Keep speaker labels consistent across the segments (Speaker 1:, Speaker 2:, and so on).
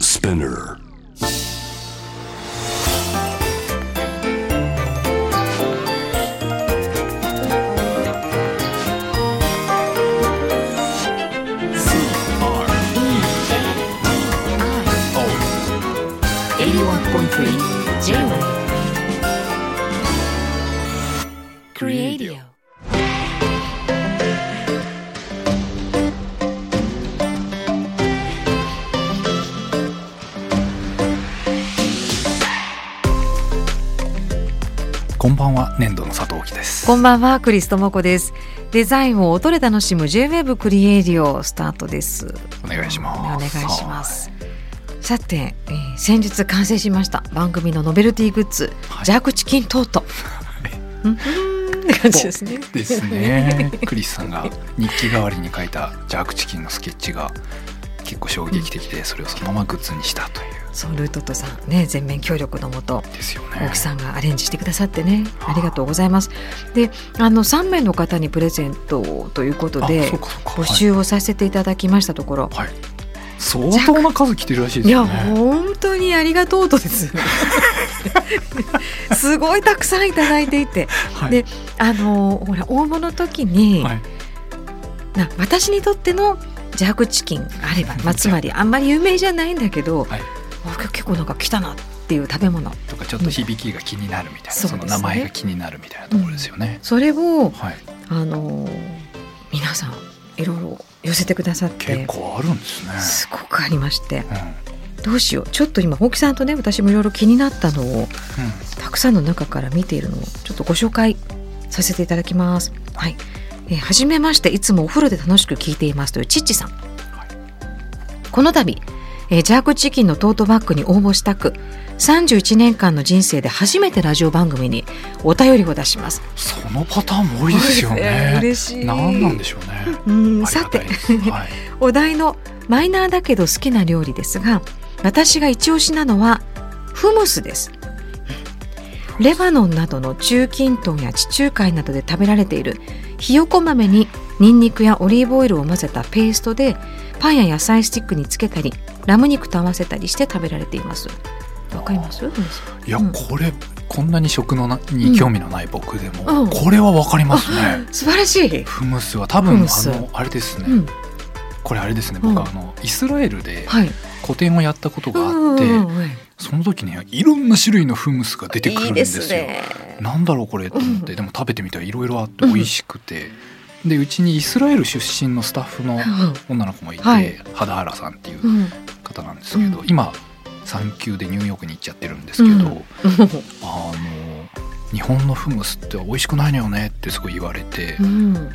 Speaker 1: Spinner.
Speaker 2: 81.3 J-Wave
Speaker 3: Creadio.
Speaker 4: こんばんは粘土の佐藤貴です
Speaker 2: こんばんはクリストモコですデザインを音で楽しむ J-Wave クリエイディオスタートです
Speaker 4: お願いします
Speaker 2: お願いしますさて、えー先日完成しました番組のノベルティグッズ、
Speaker 4: はい
Speaker 2: ジャークチキントート、うんうんって感じですね
Speaker 4: ですねクリスさんが日記代わりに書いたジャークチキンのスケッチが結構衝撃的でそれをそのままグッズにしたとい
Speaker 2: そうルートットさんね全面協力のもと
Speaker 4: うですよね
Speaker 2: 大木さんがアレンジしてくださってねありがとうございますであの3名の方にプレゼントということ
Speaker 4: あ
Speaker 2: で
Speaker 4: そうかそうか
Speaker 2: 募集をさせていただきましたところ、
Speaker 4: はい、はい相当な数来てるらしい
Speaker 2: い
Speaker 4: です
Speaker 2: や
Speaker 4: よね
Speaker 2: 本当にありがとうとです すごいたくさんいただいていて
Speaker 4: はい
Speaker 2: であのほら応募の時に、
Speaker 4: はい
Speaker 2: な私にとってのジャークチキンがあれば、まあ、つまりあんまり有名じゃないんだけど、
Speaker 4: はい
Speaker 2: あ結構なんか来たなっていう食べ物
Speaker 4: とかちょっと響きが気になるみたいな、
Speaker 2: そう
Speaker 4: そ
Speaker 2: ですね
Speaker 4: の名前が気になるみたいなところですよね、
Speaker 2: それを
Speaker 4: はい
Speaker 2: あの皆さんいろいろ寄せてくださって
Speaker 4: 結構あるんですね、
Speaker 2: すごくありまして
Speaker 4: うん
Speaker 2: どうしようちょっと今大木さんとね私もいろいろ気になったのを
Speaker 4: うん
Speaker 2: たくさんの中から見ているのをちょっとご紹介させていただきます。はい。えー、はじめましていつもお風呂で楽しく聞いていますというチッチさん。この度、えージャークチキンのトートバッグに応募したく31年間の人生で初めてラジオ番組にお便りを出します。
Speaker 4: そのパターンも多いですよね。
Speaker 2: 嬉しい。
Speaker 4: 何なんでしょうね。
Speaker 2: うん、
Speaker 4: ありが
Speaker 2: さ
Speaker 4: た
Speaker 2: て
Speaker 4: いで。すはい、
Speaker 2: お題のマイナーだけど好きな料理ですが私が一押しなのはフムスですレバノンなどの中近東や地中海などで食べられているひよこ豆にニンニクやオリーブオイルを混ぜたペーストでパンや野菜スティックにつけたりラム肉と合わせたりして食べられていますわかりますフムス
Speaker 4: いや、
Speaker 2: うん
Speaker 4: これこんなに食のなに興味のない僕でも、
Speaker 2: うん
Speaker 4: これはわかりますね。
Speaker 2: 素晴らしい、
Speaker 4: フムスは多分
Speaker 2: フ
Speaker 4: あ
Speaker 2: ムス
Speaker 4: のあれですね、
Speaker 2: うん、
Speaker 4: これあれですね
Speaker 2: うん
Speaker 4: 僕、あのイスラエルで
Speaker 2: はい
Speaker 4: 個展をやったことがあって、
Speaker 2: うんうんうん
Speaker 4: その時にいろんな種類のフムスが出てくる
Speaker 2: い
Speaker 4: ん
Speaker 2: い
Speaker 4: で
Speaker 2: です
Speaker 4: よ。
Speaker 2: すね
Speaker 4: なんだろうこれと思って、
Speaker 2: うん
Speaker 4: でも食べてみたらいろいろあって美味しくて、でうちにイスラエル出身のスタッフの女の子もいて、
Speaker 2: はい
Speaker 4: 肌原さんっていう
Speaker 2: うんうん
Speaker 4: 方なんですけど、
Speaker 2: う
Speaker 4: 今産休でニューヨークに行っちゃってるんですけど、
Speaker 2: う
Speaker 4: あ
Speaker 2: ん
Speaker 4: の日本のフムスって美味しくないのよねってすごい言われて、
Speaker 2: う
Speaker 4: ま
Speaker 2: ん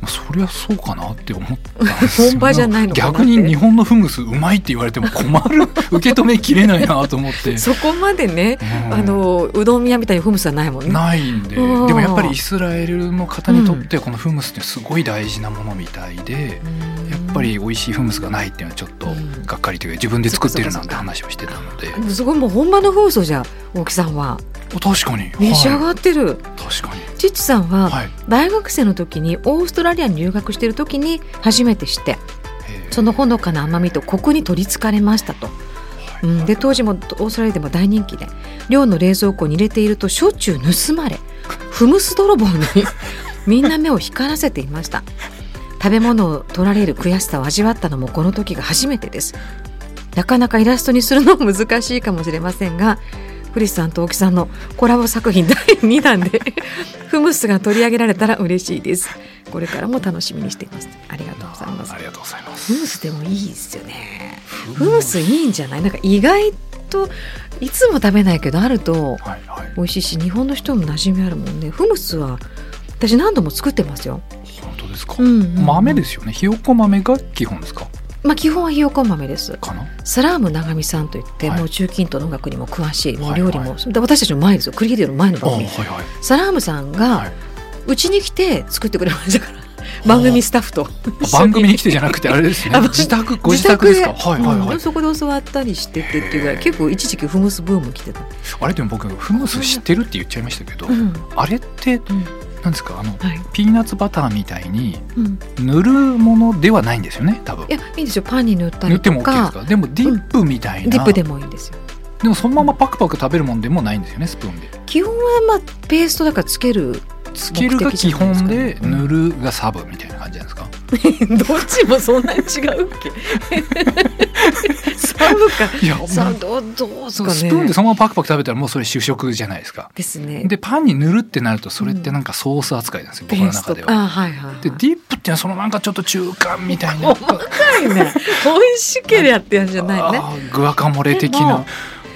Speaker 4: あそりゃそうかなって思ったんですよ
Speaker 2: 本場じゃないのかなって
Speaker 4: 逆に日本のフムスうまいって言われても困 る受け止めきれないなと思って、
Speaker 2: そこまでね
Speaker 4: うん
Speaker 2: あのうどん屋みたいにフムスはないもんね。
Speaker 4: ないんでで
Speaker 2: うん
Speaker 4: もやっぱりイスラエルの方にとってはこのフムスってすごい大事なものみたいで、やっぱり美味しいフムスがないっていうのはちょっと
Speaker 2: うん
Speaker 4: がっかりというか自分で作ってる
Speaker 2: そ
Speaker 4: な
Speaker 2: っかそっかそっか
Speaker 4: んて話をしてたので。
Speaker 2: すごいもう本場の風俗じゃん大木さんは
Speaker 4: お確かに、
Speaker 2: 召し上
Speaker 4: は
Speaker 2: がってる、
Speaker 4: い、確かに
Speaker 2: チッチさんは
Speaker 4: はい、
Speaker 2: 大学生の時にオーストラリアに留学してる時に初めて知って
Speaker 4: えー
Speaker 2: そのほのかな甘みとコクに取りつかれましたと、
Speaker 4: は
Speaker 2: う
Speaker 4: い
Speaker 2: ん、で当時もオーストラリアでも大人気で寮の冷蔵庫に入れているとしょっちゅう盗まれフムス泥棒に みんな目を光らせていました食べ物を取られる悔しさを味わったのもこの時が初めてですなかなかイラストにするのも難しいかもしれませんがクリスさんと大木さんのコラボ作品第2弾で フムスが取り上げられたら嬉しいですこれからも楽しみにしていますありがとうございます
Speaker 4: ありがとうございま
Speaker 2: フ
Speaker 4: す
Speaker 2: ムスでもいいですよね。
Speaker 4: フ
Speaker 2: フムスいいんじゃないなんか意外といつも食べないけどあると
Speaker 4: はいはい
Speaker 2: 美味しいし日本の人も馴染みあるもんねフムスは私何度も作ってますよ、
Speaker 4: 本当ですか、
Speaker 2: うんうんうん
Speaker 4: 豆ですよねひよこ豆が基本ですか
Speaker 2: まあ、基本はひよこ豆です
Speaker 4: かな
Speaker 2: サラーム長見さんといって、
Speaker 4: はい
Speaker 2: もう中近東の音楽にも詳しいもう
Speaker 4: はい
Speaker 2: 料理も、
Speaker 4: は
Speaker 2: で私たちの前ですよクリエイティブの前の
Speaker 4: あ
Speaker 2: 番
Speaker 4: はい
Speaker 2: 組
Speaker 4: はい
Speaker 2: サラームさん
Speaker 4: は
Speaker 2: が
Speaker 4: いう
Speaker 2: ちに来て作ってくれましたから番組スタッフと
Speaker 4: あ番組に来てじゃなくてあれですね
Speaker 2: あ番
Speaker 4: 自宅ご自宅ですか
Speaker 2: 自宅
Speaker 4: はいはいはい、
Speaker 2: うんそこで教わったりしててっていうぐらい結構一時期フムスブーム来てた、
Speaker 4: あれでも僕フムス知ってるって言っちゃいましたけど、
Speaker 2: うん
Speaker 4: あれって
Speaker 2: うん
Speaker 4: なんですかあの
Speaker 2: はい、
Speaker 4: ピーナッツバターみたいに
Speaker 2: うん、
Speaker 4: 塗るものではないんですよね多分
Speaker 2: いやいいんですよパンに塗った
Speaker 4: 塗っ
Speaker 2: り
Speaker 4: て
Speaker 2: と
Speaker 4: も OK です
Speaker 2: か
Speaker 4: かでもディップみたいな、
Speaker 2: ディップで
Speaker 4: も
Speaker 2: もいいんですよ
Speaker 4: でもそのままパクパク食べるもんでもないんですよねスプーンで
Speaker 2: 基本はまあペーストだからつけ る
Speaker 4: つけるが基本で
Speaker 2: 目的じゃないですかね
Speaker 4: 塗るがサブみたいな感じなんですか
Speaker 2: どっちもそんなに違うっけサブか
Speaker 4: いや
Speaker 2: さあどうどうす
Speaker 4: そ
Speaker 2: か
Speaker 4: う
Speaker 2: ね
Speaker 4: スプーンでそのままパクパク食べたらもうそれ主食じゃないですか
Speaker 2: ですね
Speaker 4: でパンに塗るってなるとそれってなんかソース扱いなんですよ、
Speaker 2: ペ
Speaker 4: 僕の
Speaker 2: ース
Speaker 4: 中
Speaker 2: ト
Speaker 4: では
Speaker 2: あはいはい、はい、
Speaker 4: でディップっていうのはそのなんかちょっと中間みたい な
Speaker 2: ないね。美味しけりゃってやつじゃないね。
Speaker 4: あーグアカモレ的
Speaker 2: で
Speaker 4: な
Speaker 2: も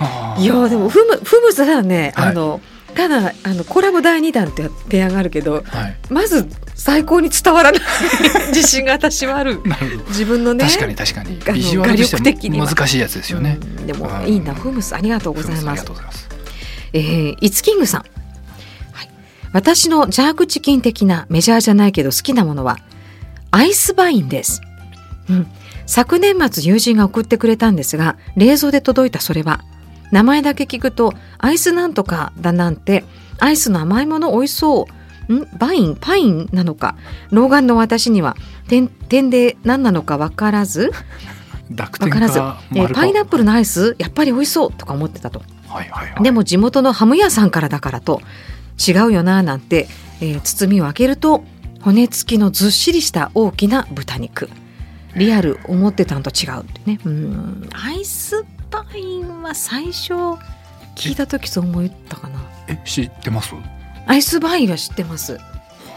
Speaker 4: あー
Speaker 2: いやでもフムフムさらね、
Speaker 4: はい
Speaker 2: あのただあのコラボ第二弾って提案があるけど、
Speaker 4: はい
Speaker 2: まず最高に伝わらない 自信が私はある。
Speaker 4: なるほど
Speaker 2: 自分のね。
Speaker 4: 確かに確かに
Speaker 2: あの
Speaker 4: ビジュアルとして
Speaker 2: 画力的には
Speaker 4: は難しいやつですよね、
Speaker 2: うんでも
Speaker 4: うん
Speaker 2: いいなフムスありがとうござ
Speaker 4: そう
Speaker 2: い
Speaker 4: ですあ
Speaker 2: ま
Speaker 4: りが
Speaker 2: す
Speaker 4: と。うございます
Speaker 2: えー、イツキングさん、はい、私のジャークチキン的なメジャーじゃないけど好きなものはアイスバインです、うん、昨年末友人が送ってくれたんですが冷蔵で届いたそれは名前だけ聞くとアイスなんとかだなんてアイスの甘いもの美味しそうんバインパインなのか老眼の私には点点で何なのか分からず
Speaker 4: 濁
Speaker 2: 分
Speaker 4: 点
Speaker 2: からず、
Speaker 4: か
Speaker 2: えー
Speaker 4: 丸か
Speaker 2: パイナップルのアイスやっぱり美味しそうとか思ってたと
Speaker 4: はいはいはい
Speaker 2: でも地元のハム屋さんからだからと違うよななんて、えー包みを開けると骨付きのずっしりした大きな豚肉リアル思ってたんと違うってねうんアイスパインは最初聞いた時そう思ったかな
Speaker 4: え知ってます本
Speaker 2: アイスパインは知ってます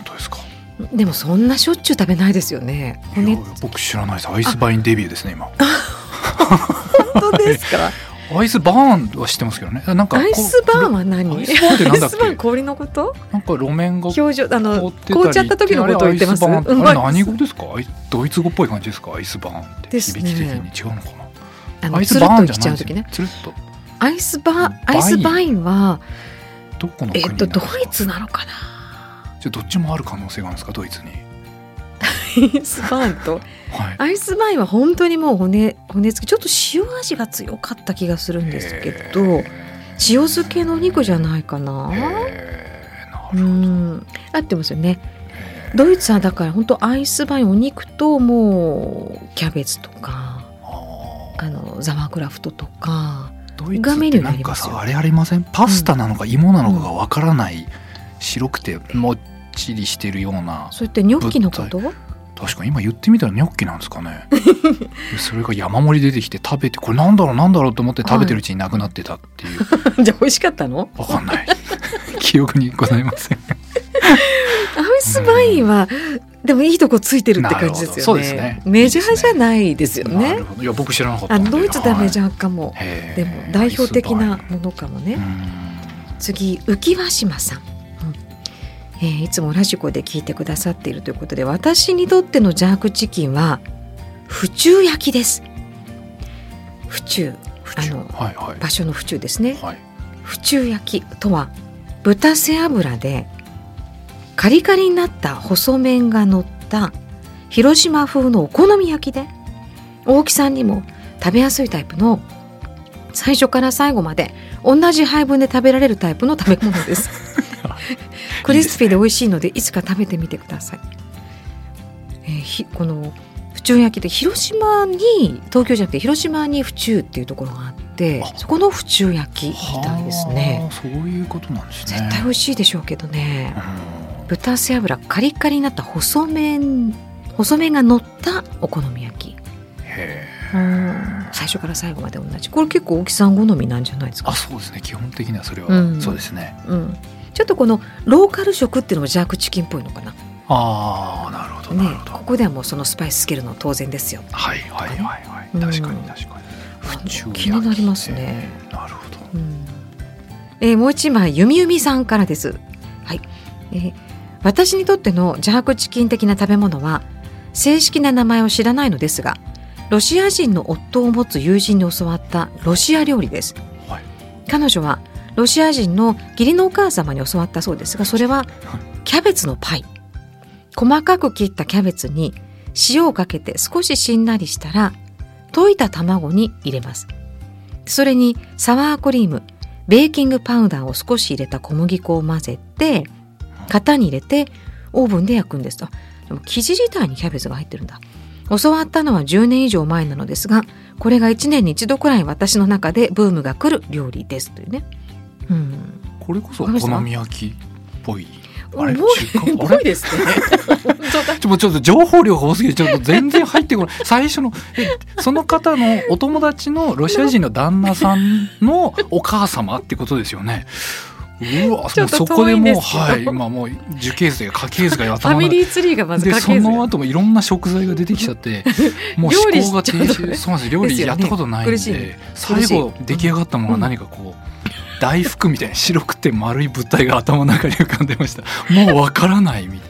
Speaker 4: 当ですか
Speaker 2: でもそんなしょっちゅう食べないですよね
Speaker 4: い
Speaker 2: 骨
Speaker 4: や僕知らないですアイスバインデビューですね今
Speaker 2: 本当ですか
Speaker 4: アイスバーンは知ってますけどねなんかこ
Speaker 2: ア
Speaker 4: う
Speaker 2: イスバーンは何
Speaker 4: アイスバーンってなんだ
Speaker 2: ア
Speaker 4: っ
Speaker 2: イスバーン
Speaker 4: け
Speaker 2: 氷のこと
Speaker 4: なんか路面が
Speaker 2: 表情あ
Speaker 4: 凍
Speaker 2: の
Speaker 4: ってたり
Speaker 2: 凍っちゃった時のことを言ってます
Speaker 4: あれアイスバーンってあれ
Speaker 2: うん
Speaker 4: 何語ですかアイドイツ語っぽい感じですかアイスバーンって、
Speaker 2: です
Speaker 4: 響
Speaker 2: ね
Speaker 4: き的に違うのかな
Speaker 2: あ
Speaker 4: ア
Speaker 2: の
Speaker 4: イス
Speaker 2: つ
Speaker 4: バ
Speaker 2: るっ
Speaker 4: ー
Speaker 2: と
Speaker 4: ンじゃ
Speaker 2: 来
Speaker 4: な
Speaker 2: ち
Speaker 4: い
Speaker 2: ゃ
Speaker 4: で
Speaker 2: う
Speaker 4: す
Speaker 2: 時
Speaker 4: よ
Speaker 2: ね
Speaker 4: ねつるっと
Speaker 2: アイスバ
Speaker 4: バイ
Speaker 2: ア
Speaker 4: ン
Speaker 2: イスバインは
Speaker 4: どこの
Speaker 2: え
Speaker 4: 国
Speaker 2: っとドイツ
Speaker 4: の
Speaker 2: なのかな
Speaker 4: じゃあどっちもある可能性があるんですかドイツに
Speaker 2: アイスバインと
Speaker 4: はい
Speaker 2: アイスバインは本当にもう骨骨付きちょっと塩味が強かった気がするんですけど
Speaker 4: へ
Speaker 2: 塩
Speaker 4: ー
Speaker 2: 漬けのお肉じゃないかな
Speaker 4: へーな
Speaker 2: う
Speaker 4: る
Speaker 2: ん合ってますよね
Speaker 4: へ
Speaker 2: ドイツはだから本当アイスバインお肉ともうキャベツと
Speaker 4: ー
Speaker 2: か
Speaker 4: あー
Speaker 2: あのザワークラフトとか
Speaker 4: ドイツってなんか
Speaker 2: 画面になりますよ
Speaker 4: さあれありませんパスタなのか芋なのかがわからない白くてもっちりしてるような
Speaker 2: そういったニョッキのこと
Speaker 4: 確かに今言ってみたらニョッキなんですか ねそれが山盛り出てきて食べてこれなんだろうなんだろうと思って食べてるうちになくなってたっていう
Speaker 2: じゃあ美味しかったの
Speaker 4: わかん ない記憶にございません
Speaker 2: アイスバインは、でもいいとこついてるって感じ
Speaker 4: な
Speaker 2: ですよね。
Speaker 4: るほどそうですね
Speaker 2: メジャーじゃないですよ
Speaker 4: な
Speaker 2: ね。
Speaker 4: るほどいや僕知らなかった
Speaker 2: あ
Speaker 4: んで
Speaker 2: ドイツではメジ
Speaker 4: ゃ
Speaker 2: ャーかも。
Speaker 4: で
Speaker 2: でも代表的なものかもね。次浮輪島さん、うんえーいつもラジコで聞いてくださっているということで私にとってのジャークチキンは府中焼きです。府中あの
Speaker 4: はいはい
Speaker 2: 場所の府中ですね。
Speaker 4: はい
Speaker 2: 府中焼きとは豚背脂でカリカリになった細麺が乗った広島風のお好み焼きで大木さんにも食べやすいタイプの最初から最後まで同じ配分で食べられるタイプの食べ物ですクリスピーで美味しいのでいつか食べてみてください、えーひこの府中焼きで広島に東京じゃなくて広島に府中っていうところがあって
Speaker 4: あ
Speaker 2: そこの府中焼きみたいですね
Speaker 4: はあそういうことなんですね
Speaker 2: 絶対美味しいでしょうけどね
Speaker 4: うん
Speaker 2: 豚背脂カリカリになった細麺細麺が乗ったお好み焼き
Speaker 4: へえ
Speaker 2: 最初から最後まで同じこれ結構大木さん好みなんじゃないですか
Speaker 4: あ、そうですね基本的にはそれは、
Speaker 2: うん
Speaker 4: そうですね
Speaker 2: うん、ちょっとこのローカル食っていうのもジャークチキンっぽいのかな
Speaker 4: ああなるほどなる
Speaker 2: ね
Speaker 4: ほど、
Speaker 2: ここではもうそのスパイスつけるの当然ですよ
Speaker 4: はいはいはいはい、
Speaker 2: うん
Speaker 4: 確かに確かに
Speaker 2: あ
Speaker 4: 府中焼き
Speaker 2: 気になりますね、
Speaker 4: なるほど
Speaker 2: うんえーもう一枚ゆみゆみさんからですはい、えー私にとってのジャークチキン的な食べ物は正式な名前を知らないのですがロシア人の夫を持つ友人に教わったロシア料理です、
Speaker 4: はい
Speaker 2: 彼女はロシア人の義理のお母様に教わったそうですがそれはキャベツのパイ細かく切ったキャベツに塩をかけて少ししんなりしたら溶いた卵に入れますそれにサワークリームベーキングパウダーを少し入れた小麦粉を混ぜて型に入れてオーブンで焼くんですとでも生地自体にキャベツが入ってるんだ教わったのは10年以上前なのですがこれが1年に1度くらい私の中でブームが来る料理ですというねうん
Speaker 4: これこそお
Speaker 2: わかりました
Speaker 4: 好み焼きっぽい あ
Speaker 2: 多
Speaker 4: れ
Speaker 2: い
Speaker 4: 中華あ
Speaker 2: 多い
Speaker 4: れ
Speaker 2: です ね本当だ
Speaker 4: ちょもうちょっと情報量が多すぎてちょっと全然入ってこない 最初のえその方のお友達のロシア人の旦那さんのお母様ってことですよねう わ
Speaker 2: ちょっと
Speaker 4: もうそこで
Speaker 2: 遠いん
Speaker 4: もう
Speaker 2: ですけど
Speaker 4: はい今もう樹形図や家系図が
Speaker 2: ファ
Speaker 4: 頭の
Speaker 2: ミ
Speaker 4: 中
Speaker 2: リーツリーがまず
Speaker 4: で
Speaker 2: 家
Speaker 4: そ
Speaker 2: 系図
Speaker 4: の後もいろんな食材が出てきちゃって もう
Speaker 2: 料
Speaker 4: 思
Speaker 2: 理
Speaker 4: 考が停
Speaker 2: しちゃうとね
Speaker 4: 止そうなんですよ料理
Speaker 2: ですよね
Speaker 4: やったことないんで
Speaker 2: 苦しいね
Speaker 4: 最後
Speaker 2: 苦しい
Speaker 4: 出来上がったものは何かこう、大福みたいな白くて丸い物体が頭の中に浮かんでましたもうわからないみた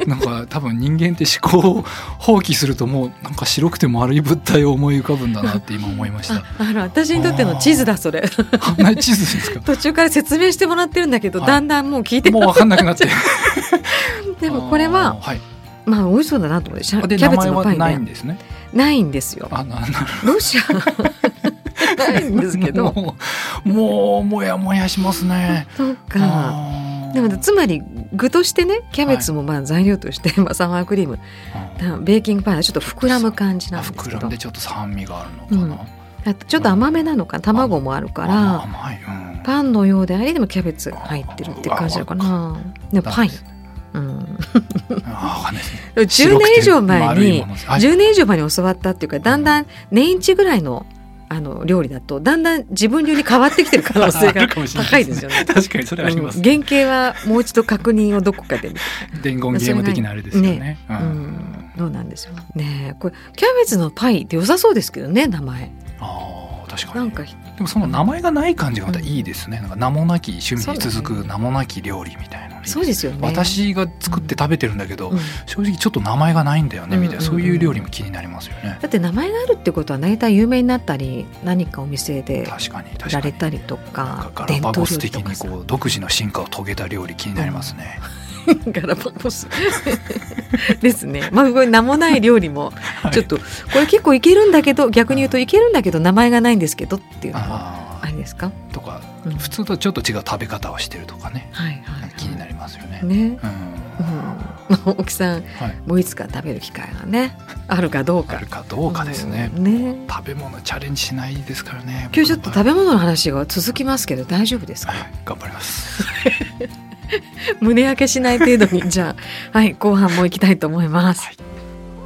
Speaker 4: いななんか多分人間って思考を放棄するともうなんか白くて丸い物体を思い浮かぶんだなって今思いまし
Speaker 2: あ
Speaker 4: た
Speaker 2: あの私にとっての地図だそれ
Speaker 4: あんな地図ですか
Speaker 2: 途中から説明してもらってるんだけど、
Speaker 4: はい
Speaker 2: だんだんもう聞いて
Speaker 4: もうわかんなくなって
Speaker 2: でもこれ
Speaker 4: あー
Speaker 2: は
Speaker 4: はい、
Speaker 2: まあ美味しそうだなと思ってシャ
Speaker 4: で
Speaker 2: キャ
Speaker 4: 名
Speaker 2: ベツ
Speaker 4: 前
Speaker 2: の
Speaker 4: は
Speaker 2: パイ
Speaker 4: ないん
Speaker 2: ね
Speaker 4: ですね
Speaker 2: ないんですよ
Speaker 4: あなな
Speaker 2: ロシ アないんですけど
Speaker 4: もうもうもやもやしますね。
Speaker 2: そうか
Speaker 4: あー
Speaker 2: でもつまり具としてねキャベツもまあ材料として、 まあサワークリームだベーキングパウダーちょっと膨らむ感じ
Speaker 4: あ
Speaker 2: なんです
Speaker 4: 膨
Speaker 2: け
Speaker 4: ら
Speaker 2: ど
Speaker 4: んでちょっと酸味があるのかな。
Speaker 2: うんあとちょっと甘めなのか卵もあるか
Speaker 4: あ
Speaker 2: ら
Speaker 4: 甘い。うん、
Speaker 2: パンのようでありでもキャベツ入ってるって感じなのかなでもパン
Speaker 4: ダメです
Speaker 2: うん
Speaker 4: あわかんないです ね。
Speaker 2: 10年以上前
Speaker 4: 白くて丸い
Speaker 2: に
Speaker 4: ものです。あ
Speaker 2: 10年以上前に教わったっていうかだんだん年一ぐらいのあの料理だとだんだん自分流に変わってきてる可能性
Speaker 4: ある
Speaker 2: が
Speaker 4: かもしれな
Speaker 2: 高いですよね。
Speaker 4: 確かにそれあり
Speaker 2: うん
Speaker 4: ます。
Speaker 2: 原型はもう一度確認をどこかで、
Speaker 4: 伝言ゲーム的なあれですよね。う
Speaker 2: うんん、どうなんでしょうねえこれキャベツのパイって良さそうですけどね名前
Speaker 4: あー確か
Speaker 2: な
Speaker 4: に
Speaker 2: んか
Speaker 4: でもその名前がない感じがまたいいですね、なんか名もなき趣味
Speaker 2: そう
Speaker 4: に
Speaker 2: ですね
Speaker 4: 続く名もなき料理みたいなのね
Speaker 2: そうですよね
Speaker 4: 私が作って食べてるんだけど、
Speaker 2: うん
Speaker 4: 正直ちょっと名前がないんだよねみたいな、
Speaker 2: うんうんうん
Speaker 4: そういう料理も気になりますよね。
Speaker 2: だって名前があるってことは大体有名になったり何かお店で
Speaker 4: 確かに確
Speaker 2: 売
Speaker 4: からに
Speaker 2: れたりと
Speaker 4: なん
Speaker 2: か
Speaker 4: かガラ
Speaker 2: 伝
Speaker 4: パ
Speaker 2: 統
Speaker 4: ゴ
Speaker 2: 料
Speaker 4: ス的
Speaker 2: 理とか
Speaker 4: に
Speaker 2: さ
Speaker 4: こう独自の進化を遂げた料理気になりますね。
Speaker 2: ガラパゴスですね まあこれ名もない料理も
Speaker 4: はい
Speaker 2: ちょっとこれ結構いけるんだけど逆に言うといけるんだけど名前がないんですけどっていうのは
Speaker 4: あ
Speaker 2: あれですか、
Speaker 4: ーとか
Speaker 2: うん
Speaker 4: 普通とちょっと違う食べ方をしてるとかね
Speaker 2: はいはいはい、
Speaker 4: 気になりますよね。
Speaker 2: ね
Speaker 4: うん
Speaker 2: うんまあ、大木さん
Speaker 4: はい、
Speaker 2: もういつか食べる機会がねあるかどう
Speaker 4: あ
Speaker 2: か
Speaker 4: るかどうかですね。
Speaker 2: うんね
Speaker 4: 食べ物チャレンジしないですからね。
Speaker 2: 今日ちょっと食
Speaker 4: べ
Speaker 2: べ物の話が続きますけど大丈夫ですか
Speaker 4: 頑張ります。
Speaker 2: 胸焼けしない程度にじゃあはい後半も行きたいと思います、
Speaker 4: はい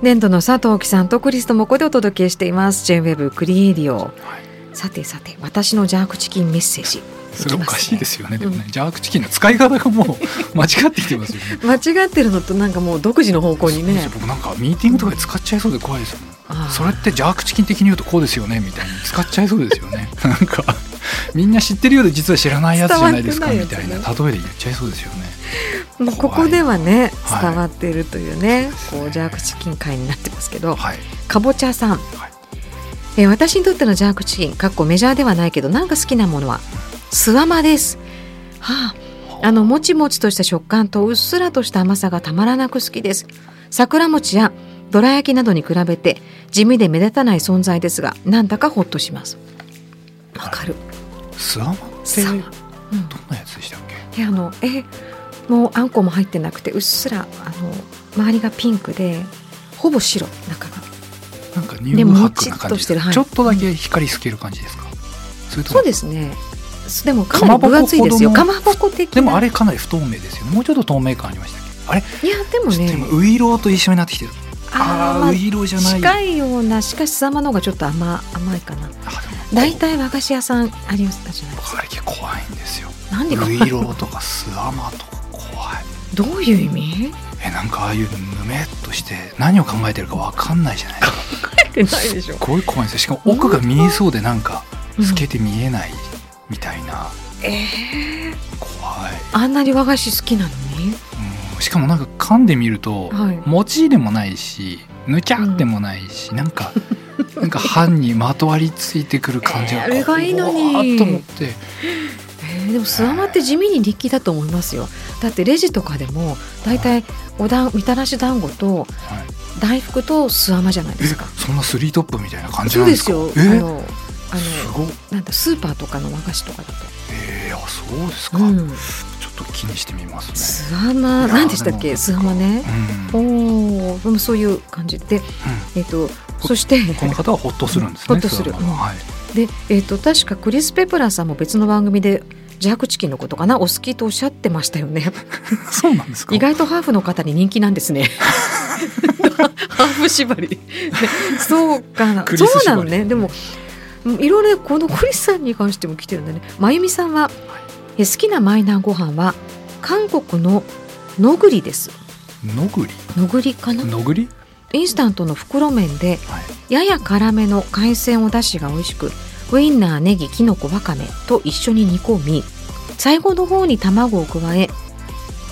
Speaker 2: 年度の佐藤貴さんとクリストもここでお届けしています JWEB クリエイディオ
Speaker 4: はい、
Speaker 2: さてさて私のジャークチキンメッセージ
Speaker 4: それおかしいですすよね。でもね、ジャークチキンの使い方がもう 間違ってきてますよね。
Speaker 2: 間違ってるのとなんかもう独自の方向にね
Speaker 4: 僕なんかミーティングとかで使っちゃいそうで怖いですよね。
Speaker 2: あー
Speaker 4: それってジャークチキン的に言うとこうですよねみたいに使っちゃいそうですよ ねなんかみんな知ってるようで実は知らないやつじゃないですか
Speaker 2: 伝わ
Speaker 4: み
Speaker 2: ってな
Speaker 4: た
Speaker 2: い
Speaker 4: いな
Speaker 2: や
Speaker 4: 例
Speaker 2: つ
Speaker 4: えで言っちゃいそうですよね
Speaker 2: もうここではね
Speaker 4: 怖い
Speaker 2: 伝わっているというね、
Speaker 4: はい
Speaker 2: こうジャークチキン会になってますけど、
Speaker 4: はい
Speaker 2: かぼちゃさん、
Speaker 4: はい
Speaker 2: えー私にとってのジャークチキンかっこメジャーではないけどなんか好きなものはすわまですはあ、あのもちもちとした食感とうっすらとした甘さがたまらなく好きです桜餅やどら焼きなどに比べて地味で目立たない存在ですがなんだかほっとしますわかる
Speaker 4: スワマって
Speaker 2: すわ
Speaker 4: ど
Speaker 2: ま
Speaker 4: ん
Speaker 2: うん
Speaker 4: なやつでしたっけ
Speaker 2: であのえもうあんこも入ってなくてうっすらあの周りがピンクでほぼ白中が
Speaker 4: なんかニュームハックな
Speaker 2: でももちっ
Speaker 4: 感
Speaker 2: と
Speaker 4: じ
Speaker 2: してるはい
Speaker 4: ちょっとだけ光透ける感じですかそれと
Speaker 2: そ
Speaker 4: も
Speaker 2: うですねすでもかなり分厚いですよ
Speaker 4: か
Speaker 2: か
Speaker 4: ま
Speaker 2: まぼこ的な
Speaker 4: でもあれかなり不透明ですよねもうちょっと透明感ありましたっけあれ
Speaker 2: いやでも
Speaker 4: ちょっと今
Speaker 2: ね
Speaker 4: ウイローと一緒になってきてるあ
Speaker 2: ーま
Speaker 4: あーウイローじゃない
Speaker 2: 近いようなしかしさまの方がちょっと甘甘いかな
Speaker 4: あでも
Speaker 2: 大体和菓子屋さんありますじゃないで
Speaker 4: 僕
Speaker 2: すか
Speaker 4: あれ結構怖いんですよ
Speaker 2: なんでか
Speaker 4: ウイローとかスワマとか怖い
Speaker 2: どういう意味
Speaker 4: えなんかああいうぬめっとして何を考えてるかわかんないじゃないですか
Speaker 2: ってないでし
Speaker 4: す
Speaker 2: ょ
Speaker 4: っごい怖いんですよしかも奥が見えそうでなんか
Speaker 2: うん
Speaker 4: 透けて見えないみたいな、
Speaker 2: えー
Speaker 4: 怖い、
Speaker 2: あんなに和菓子好きなのに
Speaker 4: うん、しかもなんか噛んでみると、
Speaker 2: はい
Speaker 4: 餅でもないしぬちゃってもないし、なんか なんか歯にまとわりついてくる感じが
Speaker 2: えーあれがいいのに
Speaker 4: 怖っと思って
Speaker 2: えーでもすわまって地味に力だと思いますよだってレジとかでも大体おだんみたらし団子と
Speaker 4: はい
Speaker 2: 大福とすわまじゃない
Speaker 4: え
Speaker 2: ですか
Speaker 4: そんなスリートップみたいな感じ
Speaker 2: そ
Speaker 4: な
Speaker 2: うん
Speaker 4: で
Speaker 2: ですす
Speaker 4: か
Speaker 2: よあ
Speaker 4: え
Speaker 2: のあ
Speaker 4: す
Speaker 2: の
Speaker 4: ごっ
Speaker 2: なんだスーパーとかの和菓子とかだと
Speaker 4: えー、あそうですか、
Speaker 2: うん
Speaker 4: ちょっと気にしてみますね。
Speaker 2: 巣穴
Speaker 4: いや
Speaker 2: 何でしたっ
Speaker 4: で
Speaker 2: け
Speaker 4: も
Speaker 2: 巣穴ね
Speaker 4: うん
Speaker 2: おおーでもそういう感じで、えっと
Speaker 4: ほ
Speaker 2: そして
Speaker 4: この方はほっとするんですね。
Speaker 2: ほっとする
Speaker 4: それははい。
Speaker 2: で、えっと確かクリス・ペプラーさんも別の番組で自白チキンのことかなお好きとおっしゃってましたよね
Speaker 4: そうなんですか。
Speaker 2: 意外とハーフの方に人気なんです ねハーフ縛り、ねそうかな
Speaker 4: クリ
Speaker 2: そ
Speaker 4: ス縛り
Speaker 2: うなのねでもうんいろいろこのクリスさんに関しても来てるんだねまゆみさんはえ好きなマイナーご飯は韓国ののぐりです
Speaker 4: のぐり。
Speaker 2: のぐりかな
Speaker 4: のぐり。
Speaker 2: インスタントの袋麺で
Speaker 4: はい。
Speaker 2: やや辛めの海鮮お出汁が美味しくウインナーネギきのこわかめと一緒に煮込み最後の方に卵を加え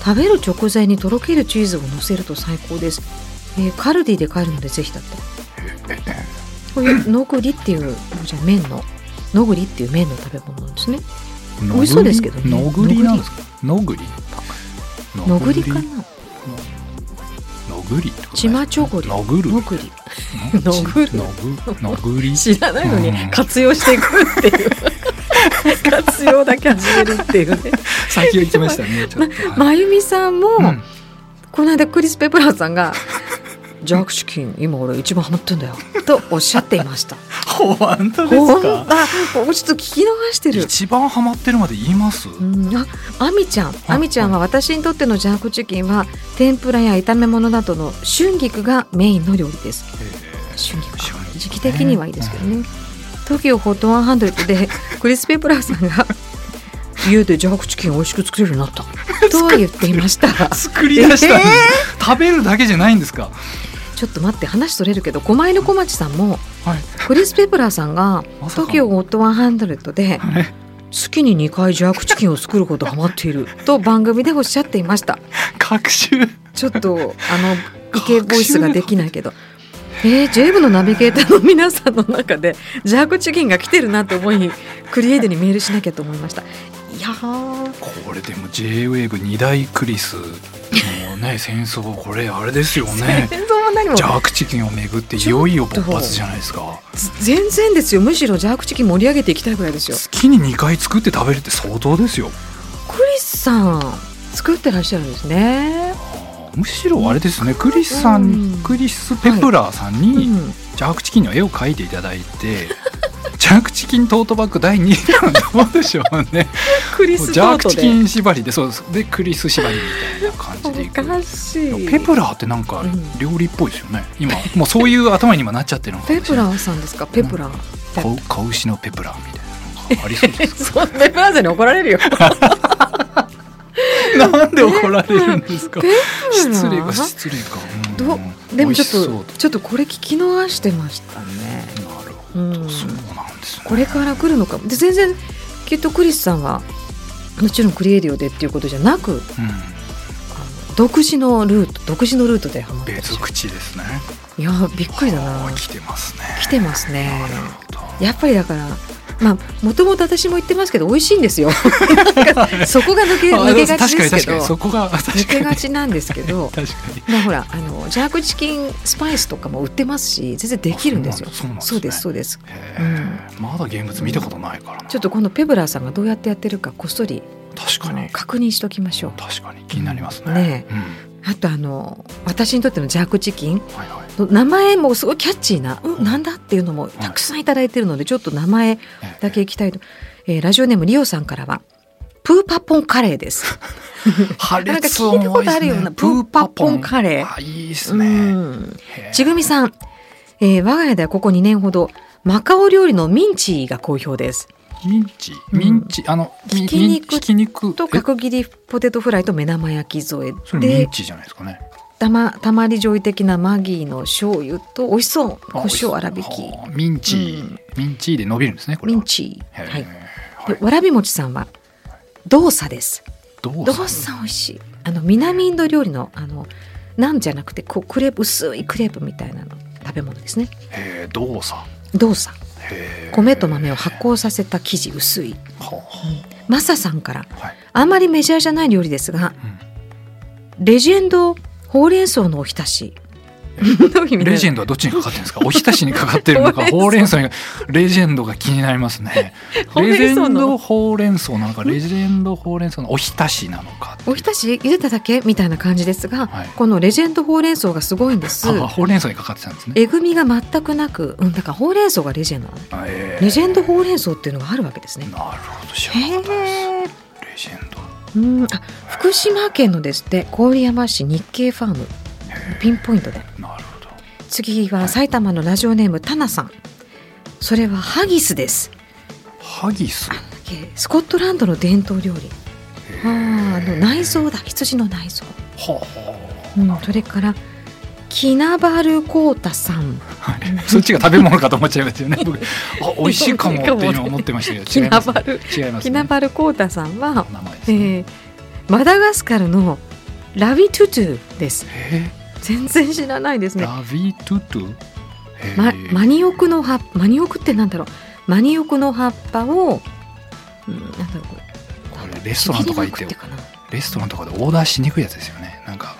Speaker 2: 食べる直前にとろけるチーズをのせると最高です、えーカルディで買えるのでぜひだって
Speaker 4: えええ
Speaker 2: こういうのぐりっていうじゃあ麺ののぐりっていう麺の食べ物なんですね
Speaker 4: のぐり
Speaker 2: 美味しそうですけどね
Speaker 4: のぐりなんですか。のぐり。
Speaker 2: のぐりかな
Speaker 4: のぐりってことない。
Speaker 2: チマチョゴリ
Speaker 4: のぐる。
Speaker 2: のぐり
Speaker 4: の
Speaker 2: のぐる
Speaker 4: のぐ。のぐり。
Speaker 2: 知らないのに
Speaker 4: うん
Speaker 2: 活用していくっていう 活用だけ始めるっていう ね
Speaker 4: 先を行きましたね。ちょっと。はい
Speaker 2: まゆみさんも、
Speaker 4: うん
Speaker 2: この間クリス・ペプラーさんが「ジャークチキン今俺一番ハマってんだよ」とおっしゃってい ました。
Speaker 4: 本当で
Speaker 2: ほ
Speaker 4: す
Speaker 2: ん
Speaker 4: か。
Speaker 2: あもうちょっと聞き逃してる。
Speaker 4: 一番ハマってるまで言います。
Speaker 2: うん、あアミちゃん
Speaker 4: い
Speaker 2: アミちゃんは私にとってのジャークチキンは天ぷらや炒め物などの春菊がメインの料理です春菊か
Speaker 4: 春菊ね
Speaker 2: 時期的にはいいですけどね TOKIOHOT100 でクリス・ペプラーさんが「家でジャークチキン美味しく作れるようになった」とは言っていました
Speaker 4: 作り出したんです。食べるだけじゃないんですか。
Speaker 2: ちょっと待って話それるけど狛江の小町さんも
Speaker 4: はい。
Speaker 2: クリス・ペプラーさんが「
Speaker 4: まさか
Speaker 2: TOKIOHOT100」で
Speaker 4: はい
Speaker 2: 月に2回ジャークチキンを作ることハマっている と番組でおっしゃっていました
Speaker 4: 隔週。
Speaker 2: ちょっ とあのイケボイスができないけど。えー、ジェイブのナビゲーターの皆さんの中でジャークチキンが来てるなと思いクリエイドにメールしなきゃと思いましたいやー
Speaker 4: これでも J-WAVE 二大クリス。もうね、戦争これあれですよね。
Speaker 2: 全然も何も
Speaker 4: ジャークチキンをめぐっていよいよ勃発じゃないですか好
Speaker 2: 全然ですよむしろジャークチキン盛り上げていきたいぐらいですよ
Speaker 4: きに2回作って食べるって相当ですよ
Speaker 2: クリスさん作ってらっしゃるんですね、
Speaker 4: むしろあれですねクリスさん、
Speaker 2: うん
Speaker 4: クリス・ペプラーさんに、
Speaker 2: うん、
Speaker 4: ジャークチキンの絵を描いていただいて ジャークチキントートバッグ第2弾どうでしょうね
Speaker 2: クリ
Speaker 4: もう
Speaker 2: ス
Speaker 4: ジ
Speaker 2: ト
Speaker 4: ャー
Speaker 2: ー
Speaker 4: ク
Speaker 2: ト
Speaker 4: チキ
Speaker 2: で
Speaker 4: ン縛りでそうですでクリス縛りみたいな感じでい
Speaker 2: お
Speaker 4: く
Speaker 2: かしい
Speaker 4: ペプラーってなんか
Speaker 2: うん
Speaker 4: 料理っぽいですよね、今もうそういう頭に今なっちゃってるのか
Speaker 2: ペ
Speaker 4: もし
Speaker 2: プ
Speaker 4: れない
Speaker 2: ラーさんですかペプラー、
Speaker 4: 子子牛のペプラーみたいななんかありそうで す
Speaker 2: そんなペプラーさんに怒られるよ
Speaker 4: なんで怒られるんですか
Speaker 2: ペプラー
Speaker 4: 失礼か失礼か、うん
Speaker 2: ど
Speaker 4: うん
Speaker 2: でもち
Speaker 4: 美味し
Speaker 2: ょっ
Speaker 4: そう
Speaker 2: とちょっとこれ聞き逃してましたね。
Speaker 4: なるほ
Speaker 2: う
Speaker 4: ど、
Speaker 2: ん、
Speaker 4: そうなんですね
Speaker 2: これから来るのかもで全然きっとクリスさんはもちろんクリエイディオでっていうことじゃなく
Speaker 4: うん
Speaker 2: あの独自のルート独自のルートでハマってらっし
Speaker 4: 別
Speaker 2: ゃる
Speaker 4: 口ですね
Speaker 2: いやびっくりだな
Speaker 4: あー来てますね
Speaker 2: 来てますね
Speaker 4: なるほど
Speaker 2: やっぱりだからまあもともと私も言ってますけど美味しいんで すよなんかそこが抜け
Speaker 4: あ
Speaker 2: 抜けがち
Speaker 4: 確か
Speaker 2: で
Speaker 4: に確
Speaker 2: すけ
Speaker 4: かに
Speaker 2: ど
Speaker 4: そこが確かに
Speaker 2: 抜けがちなんですけ ど
Speaker 4: 確かに
Speaker 2: まあほらあのジャークチキンスパイスとかも売ってますし全然できるんですよ
Speaker 4: あそうなんだ
Speaker 2: そうです
Speaker 4: そ
Speaker 2: そううです
Speaker 4: なんですねへーまだ現物見たことないからな
Speaker 2: ちょっとこのペブラーさんがどうやってやってるかこっそり
Speaker 4: 確か
Speaker 2: あの
Speaker 4: に
Speaker 2: 確認しときましょう
Speaker 4: 確かに気になりますね
Speaker 2: ね
Speaker 4: うん
Speaker 2: あとあの私にとってのジャークチキン
Speaker 4: はいはい
Speaker 2: の名前もすごいキャッチーな、
Speaker 4: う
Speaker 2: うんん、なんだっていうのもたくさんいただいてるのでちょっと名前
Speaker 4: ええ
Speaker 2: だけいきたいと、えーラジオネームリオさんからはプーパポンカレーです
Speaker 4: 破
Speaker 2: なんか
Speaker 4: 裂
Speaker 2: 聞いたことあるようなプーパポンカレー
Speaker 4: あいいです
Speaker 2: う
Speaker 4: ね
Speaker 2: ん
Speaker 4: へー
Speaker 2: ちぐみさん、えー我が家ではここ2年ほどマカオ料理のミンチーが好評です
Speaker 4: ミンチ
Speaker 2: うん
Speaker 4: ミンチあのみ
Speaker 2: ひき肉
Speaker 4: みひき肉
Speaker 2: と
Speaker 4: え
Speaker 2: 角切りポテトフライと目玉焼き添
Speaker 4: それ
Speaker 2: え
Speaker 4: ミ
Speaker 2: で
Speaker 4: ンチじゃないですかね
Speaker 2: たまたまり醤油的なマギーの醤油と美味しそう
Speaker 4: あ
Speaker 2: 胡椒粗挽き
Speaker 4: あミンチー、
Speaker 2: うん
Speaker 4: ミンチーで伸びるんですねこれ
Speaker 2: ミ
Speaker 4: は
Speaker 2: ンチー、
Speaker 4: へー
Speaker 2: はい
Speaker 4: はい
Speaker 2: でわらび餅さんは動作です
Speaker 4: どう
Speaker 2: 動作美味しいあの南インド料理のあのなんじゃなくてこうクレープ薄いクレープみたいなの食べ物ですね
Speaker 4: へー動作
Speaker 2: 動作
Speaker 4: へー
Speaker 2: 米と豆を発酵させた生地薄い
Speaker 4: は
Speaker 2: マサさんから
Speaker 4: あはい
Speaker 2: あんまりメジャーじゃない料理ですが
Speaker 4: うん
Speaker 2: レジェンドほうれん草のおひたし どういう意味
Speaker 4: レジェ
Speaker 2: ン
Speaker 4: ンドはどっちにかかってるんで すかおひたしにかかってるのかほ
Speaker 2: ほ
Speaker 4: う
Speaker 2: う
Speaker 4: れ
Speaker 2: れ
Speaker 4: ん
Speaker 2: ん
Speaker 4: 草にレジェンドが気になりますね
Speaker 2: ほう
Speaker 4: レジ
Speaker 2: れん草の
Speaker 4: ェンドほうれん草なのかレジェンドほうれん草のおひたしなのか
Speaker 2: おひたし茹でただけみたいな感じですが、
Speaker 4: はい
Speaker 2: このレジェンドほうれん草がすごいんです
Speaker 4: あほうれん草にかかってたんですね
Speaker 2: えぐみが全くなく、うん、だからほうれん草がレジェンドなの
Speaker 4: あえー
Speaker 2: レジェンドほうれん草っていうのがあるわけですね
Speaker 4: なるほど知らなかったです
Speaker 2: へえ
Speaker 4: レジェンド
Speaker 2: うんあ福島県のですって郡山市日経ファームピンポイントで
Speaker 4: なるほど
Speaker 2: 次は埼玉のラジオネームタナさんそれはハギスです
Speaker 4: ハギス
Speaker 2: あスコットランドの伝統料理あーあの内臓だ羊の内臓、
Speaker 4: はあ、
Speaker 2: うん
Speaker 4: なる
Speaker 2: それからキナバルコータさん
Speaker 4: はいそっちが食べ物かと思っちゃいますよね僕あ美味しいかもって今思ってましたけ
Speaker 2: キ
Speaker 4: ど違い
Speaker 2: ナ
Speaker 4: ます
Speaker 2: バ
Speaker 4: ね
Speaker 2: ル
Speaker 4: 違います
Speaker 2: キナ
Speaker 4: ね
Speaker 2: バルコータさん
Speaker 4: 名
Speaker 2: は、
Speaker 4: 前です
Speaker 2: え
Speaker 4: ね
Speaker 2: ーマダガスカルのラビトゥトゥです
Speaker 4: え
Speaker 2: 全然知らないです
Speaker 4: ー
Speaker 2: ね
Speaker 4: ラビトゥトゥへ
Speaker 2: ま、
Speaker 4: ー
Speaker 2: マニオクの葉っマニオクってなんだろうマニオクの葉っぱを、うん、なんだろうこ
Speaker 4: こ
Speaker 2: れ
Speaker 4: れレストランとか行って
Speaker 2: ちぎりまく かな
Speaker 4: レストランとかでオーダーしにくいやつですよねなん か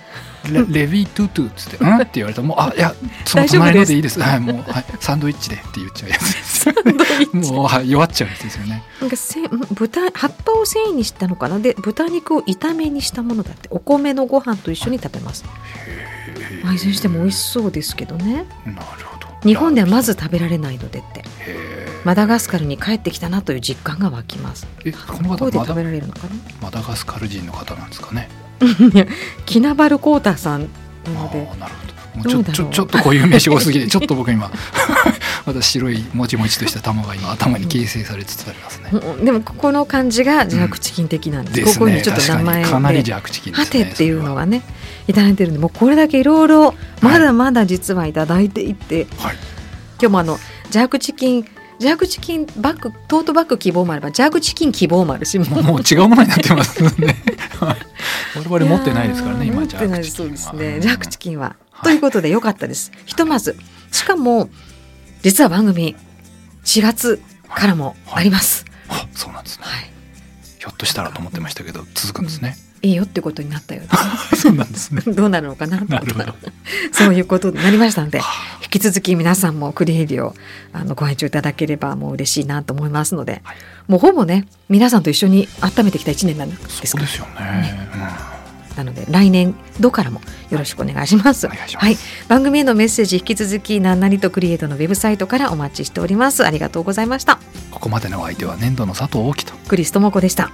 Speaker 4: レレビトゥトゥっつって「うん?」って言われたら「もうあいやその隣のでいいです」はいもう、はい、サンドイッチで」って言っちゃうやつですもうはい弱っちゃうやつですよね
Speaker 2: なんかせん豚葉っぱを繊維にしたのかなで豚肉を炒めにしたものだってお米のご飯と一緒に食べますまあいずれにしても美味しそうですけどね
Speaker 4: なるほど
Speaker 2: 日本ではま
Speaker 4: ず
Speaker 2: ず食べられないのでって
Speaker 4: え
Speaker 2: マダガスカルに帰ってきたなという実感が湧きます
Speaker 4: この方
Speaker 2: どこで
Speaker 4: マ
Speaker 2: 食
Speaker 4: ダ
Speaker 2: べられるのかな
Speaker 4: マダガスカル人の方なんですかね
Speaker 2: キナバルコータさんな
Speaker 4: あ
Speaker 2: ので
Speaker 4: あなるほどもうち
Speaker 2: どうだ
Speaker 4: ょち
Speaker 2: ろ
Speaker 4: ょ
Speaker 2: う
Speaker 4: ちょっとこういう名詞多すぎてちょっと僕今 また白いもちもちとした玉が今頭に形成されつつありますね、
Speaker 2: うんでもここの感じが自白チキン的なんです、
Speaker 4: で
Speaker 2: こ
Speaker 4: す
Speaker 2: こに
Speaker 4: ね
Speaker 2: ちょっと
Speaker 4: 確か
Speaker 2: 名前
Speaker 4: に
Speaker 2: で
Speaker 4: かなり弱口金です
Speaker 2: ハ
Speaker 4: ね
Speaker 2: テっていうの
Speaker 4: は
Speaker 2: がねいただいてるんでもうこれだけいろいろまだまだ実はいただいていて、
Speaker 4: はい
Speaker 2: 今日もあのジャークチキンジャークチキンバッグトートバッグ希望もあればジャークチキン希望もあるしもう
Speaker 4: もうもう違うものになってますね はい我々持ってないですからね
Speaker 2: やー
Speaker 4: 今
Speaker 2: 持ってないです
Speaker 4: ジャ
Speaker 2: そ
Speaker 4: ー
Speaker 2: う
Speaker 4: ク
Speaker 2: で
Speaker 4: チ
Speaker 2: す
Speaker 4: キンは
Speaker 2: ねジャークチキンは、
Speaker 4: はい
Speaker 2: ということでよかったですひとまずしかも実は番組4月からもあります、
Speaker 4: あそうなんですね
Speaker 2: はい
Speaker 4: ひょっとしたらと思ってましたけど続くんですね、
Speaker 2: いいよってことになったようで
Speaker 4: そうなんですね
Speaker 2: どうなるのかなと
Speaker 4: な
Speaker 2: 思っ
Speaker 4: る
Speaker 2: た
Speaker 4: ほど
Speaker 2: そういうことになりましたので
Speaker 4: は
Speaker 2: 引き続き皆さんもクリエイディをあのご愛聴いただければもう嬉しいなと思いますので、
Speaker 4: はい
Speaker 2: もうほぼね皆さんと一緒に温めてきた1年なんです
Speaker 4: そ
Speaker 2: か
Speaker 4: う
Speaker 2: ら
Speaker 4: ですよね
Speaker 2: なので来年度からもよろしくお願いします。
Speaker 4: お願いします
Speaker 2: はい、番組へのメッセージ引き続きなんなりとクリエイトのウェブサイトからお待ちしております。ありがとうございました。
Speaker 4: うんここまでのお相手は年度の佐藤大樹と
Speaker 2: クリス智子でした。